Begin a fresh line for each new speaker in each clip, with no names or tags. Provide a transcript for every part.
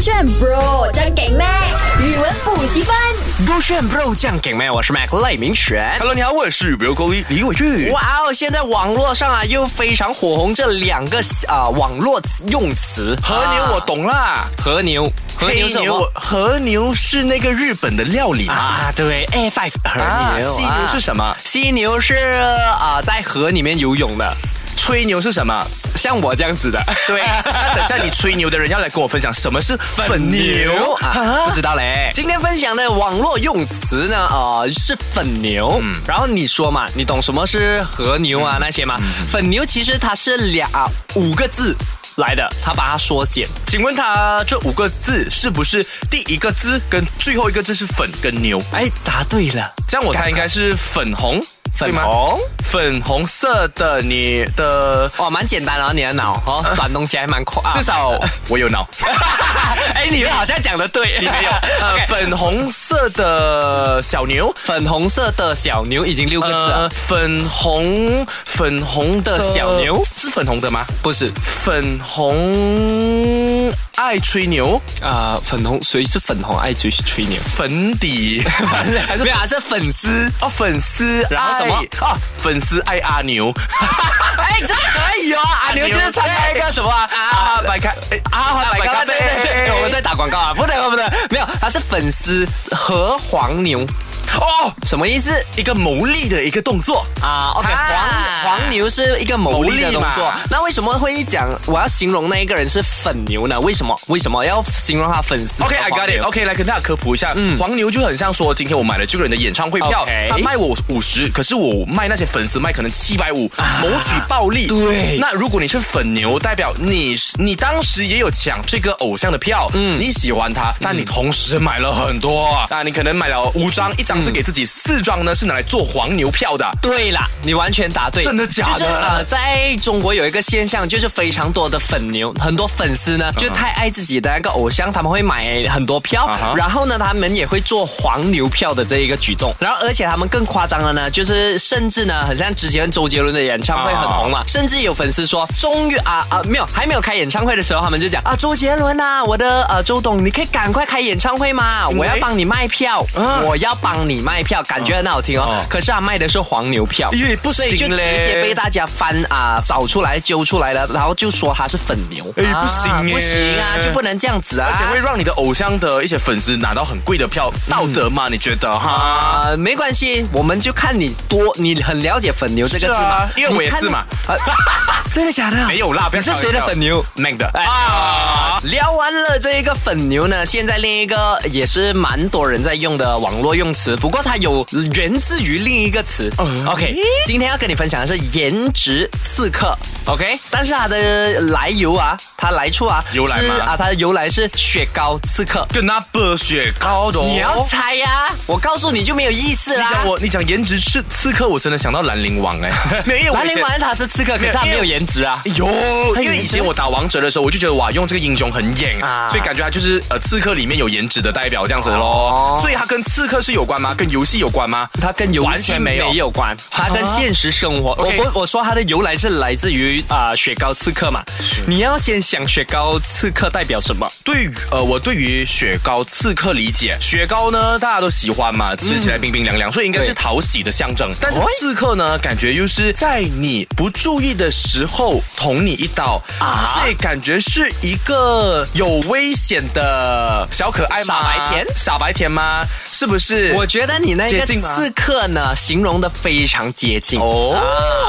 炫 Bro 真给力，语文补习班。
勾炫 bro 酱给妹，我是 Mac 赖明全。
Hello，你好，我是 Broccoli 李伟俊。
哇哦！现在网络上啊又非常火红这两个啊、网络用词，
和牛我懂啦，
和牛，和牛是什么
黑牛和牛是那个日本的料理嘛？
啊？对，A five 啊和牛。
啊犀牛是
么？
什么？
犀牛是啊、在河里面游泳的，
吹牛是什么？
像我这样子的。
对，那等下你吹牛的人要来跟我分享什么是粉牛
啊，不知道嘞。今天分享的网络用词呢，呃，是粉牛。然后你说嘛，你懂什么是和牛啊、那些吗？粉牛其实它是俩五个字来的，它把它缩减。
请问它这五个字是不是第一个字跟最后一个字是粉跟牛？
哎，答对了，
这样我猜应该是粉红，
粉
对吗
红，
粉红色的你的，
哦，蛮简单啊，你的脑哦，转动起来蛮快。啊
至少我有脑。
哎，你好像讲的对，
你 没有呃
OK，
粉红色的小牛，
粉红色的小牛已经六个字啊
呃，
了，
粉红粉红的
的小牛
是粉红的吗？
不是？
粉红爱吹牛，
啊，粉红谁是粉红爱追吹牛？
粉 底还是
没有啊，是粉丝。
哦粉丝
然后
爱
什么
哦粉丝爱阿牛，
哎，这个可以哦，
哎
阿牛就是参加一个什么啊啊
啊，白开 哎啊
百
白
个
咖
对对对，哎我们在打广告啊，不能不能，没有，他是粉丝和黄牛，
哦
什么意思？
一个牟利的一个动作。
啊，OK，
啊
黄黄牛是一个牟利的动
牟利
作
嘛。
那为什么会讲我要形容那一个人是粉牛呢？为什么？为什么要形容他粉丝和
OK，I、
黄
got
牛嗯
it。OK，来跟大家科普一下，黄牛就很像说，今天我买了这个人的演唱会票
OK
他卖我五十，可是我卖那些粉丝卖可能七百五，谋取暴利。
啊对
那如果你是粉牛，代表你是你当时也有抢这个偶像的票，
嗯
你喜欢他，但你同时买了很多，那你可能买了五张，一张是给自己，四张呢是拿来做黄牛票的。
对啦，你完全答对，
真的假的
就是呃，在中国有一个现象，就是非常多的粉牛，很多粉丝呢，就太爱自己的那个偶像，他们会买很多票
啊哈
然后呢，他们也会做黄牛票的这一个举动。然后，而且他们更夸张的呢，就是甚至呢，很像之前周杰伦的演唱会
啊
很红嘛，甚至有粉丝说，终于啊啊，没有还没有开演唱会的时候，他们就讲啊，周杰伦啊，我的呃周董，你可以赶快开演唱会吗？
因
我
为
要帮你卖票，
嗯啊
我要帮你卖票，感觉很好听哦。
哦
可是他卖的是黄牛票。
因为不
所以就
行
直接
嘞
被大家翻啊、找出来揪出来了，然后就说他是粉牛。
哎不行
啊
耶
不行啊，就不能这样子啊。
而且会让你的偶像的一些粉丝拿到很贵的票，道德吗？你觉得哈？
啊、没关系，我们就看你多，你很了解“粉牛”这个字
是
吗
啊？因为我也是嘛
你看啊。 真的假的？
没有啦不要
你是谁的
开玩笑
粉牛？
Mac 的
哎
啊，
聊完了这一个粉牛呢，现在另一个也是蛮多人在用的网络用词，不过它有源自于另一个词。OK，今
哦
天要跟你分享的是颜值刺客。OK，但是它的来由啊，它来处啊，
由来
是
吗
啊，它的由来是雪糕刺客。
跟那波雪糕的哦。
你要啊猜呀、我告诉你就没有意思
你
啦
讲。我，你讲颜值刺刺客，我真的想到兰陵 王哎、没有，因为我
兰
以
陵
前
王他是刺客，可是他
没
没
有
有颜值啊。
有，
他
因为以
有颜值
前我打王者的时候，我就觉得哇，用这个英雄很硬，
啊
所以感觉他就是呃刺客里面有颜值的代表这样子
哦
咯。所以他跟刺客是有关吗？跟游戏有关吗？
它跟游
完
戏
全没有
有关，啊它跟现实生活。
OK
我我我说它的由来是来自于啊、雪糕刺客嘛。你要先想雪糕刺客代表什么？
对于，呃，我对于雪糕刺客理解，雪糕呢大家都喜欢嘛，吃起来冰冰凉凉，所以应该
嗯对
是讨喜的象征。但是
哦
刺客呢，感觉又是在你不注意的时候捅你一刀，
啊
所以感觉是一个有危险的小可爱吗？
傻白甜
傻白甜吗？是不是？
我觉得你那个
接近吗
刺客呢，形容的非常接近。
哦
啊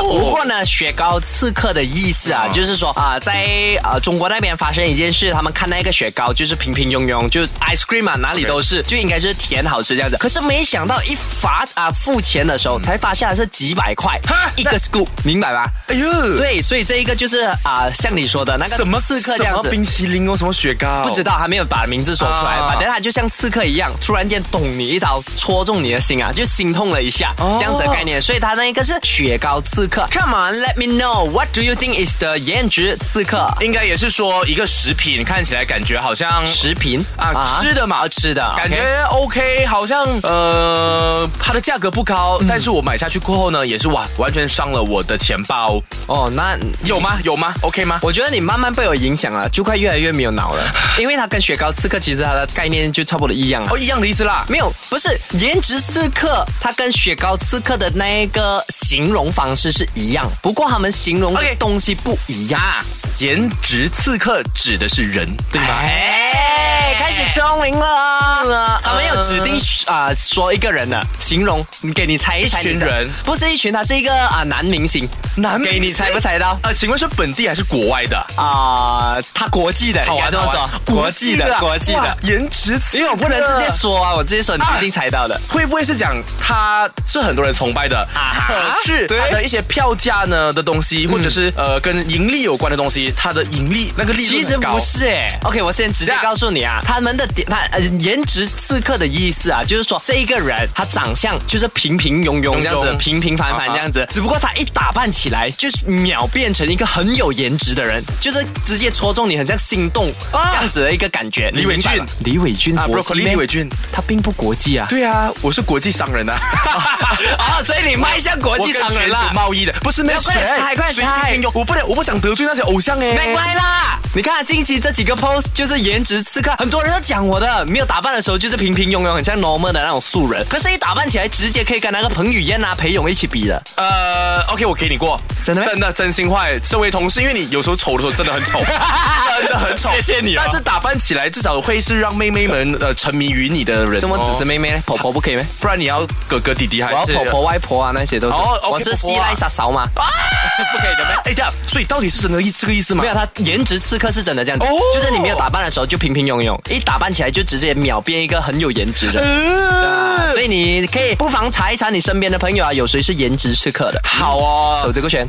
不过呢，雪糕刺客的意思啊，就是说啊、在呃中国那边发生一件事，他们看那个雪糕就是平平庸庸，就是 ice cream 啊，哪里都是就应该是甜好吃这样子。可是没想到一罚啊、付钱的时候，才发现它是几百块
哈
一个 scoop，明白吗？
哎呦，
对，所以这一个就是啊、像你说的那个
什么
刺客这样
什么
子。
冰淇淋哦，什么雪糕？
不知道，还没有把名字说出来，
啊
反正他就像刺客一样，突然间捅你一刀，戳戳中你的心啊，就心痛了一下，
哦
这样子的概念。所以它那一个是雪糕刺客。Come on, let me know what do you think is the 颜值刺客
应该也是说一个食品看起来感觉好像
食品
啊吃的嘛
啊，吃的，
感
OK
觉 OK，好像呃，它的价格不高，但是我买下去过后呢，也是哇，完全伤了我的钱包。
哦，那
有吗？有吗？OK 吗？
我觉得你慢慢被我影响了，就快越来越没有脑了，因为它跟雪糕刺客其实它的概念就差不多一样啊
哦，。一样的意思啦。
没有，不是颜值刺客，它跟雪糕刺客的那一个形容方式是一样，不过他们形容的
OK 啊
东西不一样。
颜值刺客指的是人，对吗？
哎，开始聪明了啊！他们有指定啊、说一个人的形容，你给你猜一猜，
一群
你猜
人
不是一群，他是一个啊、男明星，
男明
给你
星
猜不猜到？
呃，请问是本地还是国外的？
啊、他国际的，
好
应该
玩
这么
好
说
玩，
国际的，
啊
国际
哇
的，
颜值刺客，
因为我不能直接说啊，我直接说你
啊
一定猜到的。
会不会是讲他是很多人崇拜的，
啊哈嗯
可是
对
他的一些票价呢的东西，或者是呃跟盈利有关的东西，它的盈利那个利
其
润
实
很高
不。是哎、o k 我先直接
这样
告诉你啊，他们的点，他呃颜值刺客的意思啊，就是说这一个人他长相就是平平庸庸这样
庸
子
庸，
平平凡
啊
凡这样子，只不过他一打扮起来，就是秒变成一个很有颜值的人，就是直接戳中你，很像心动、
啊
这样子的一个感觉。
李伟俊
你明白吗，李伟俊
啊
国际
Broccoli
咩
李伟俊，
他并不国际啊。
对啊，我是国际商人啊，
啊，所以你迈向国际商人
我跟全
啦
球。贸易的，不是没有哎
快点猜快点猜
我不能，我不想得罪那些偶像哎。
难怪啦！你看近期这几个 post 就是颜值刺客，很多人都讲我的，没有打扮的时候就是平平庸庸，很像 normal 的那种素人，可是，一打扮起来，直接可以跟那个彭于晏啊、裴勇一起比的。
呃，OK，我给你过，
真的咩
真的真心话，身为同事，因为你有时候丑的时候真的很 丑，真的很丑，
谢谢你哦
但是打扮起来至少会是让妹妹们呃沉迷于你的人、哦。
怎么只是妹妹呢？婆婆不可以吗？
不然你要哥哥弟弟
我
还
要
是
婆婆、外婆啊，那些都是。
哦，OK，
我是
婆
希
婆啊
腊杀手嘛。
不可以的咩？哎呀，所以到底是真的意这个意思吗
没？有，他颜值刺客是真的这样子，
哦
就是你没有打扮的时候就平平庸庸，一打扮起来就直接秒变一个很有颜值的人。
呃
所以你可以不妨查一查你身边的朋友啊，有谁是颜值刺客的？
好哦
手这个圈。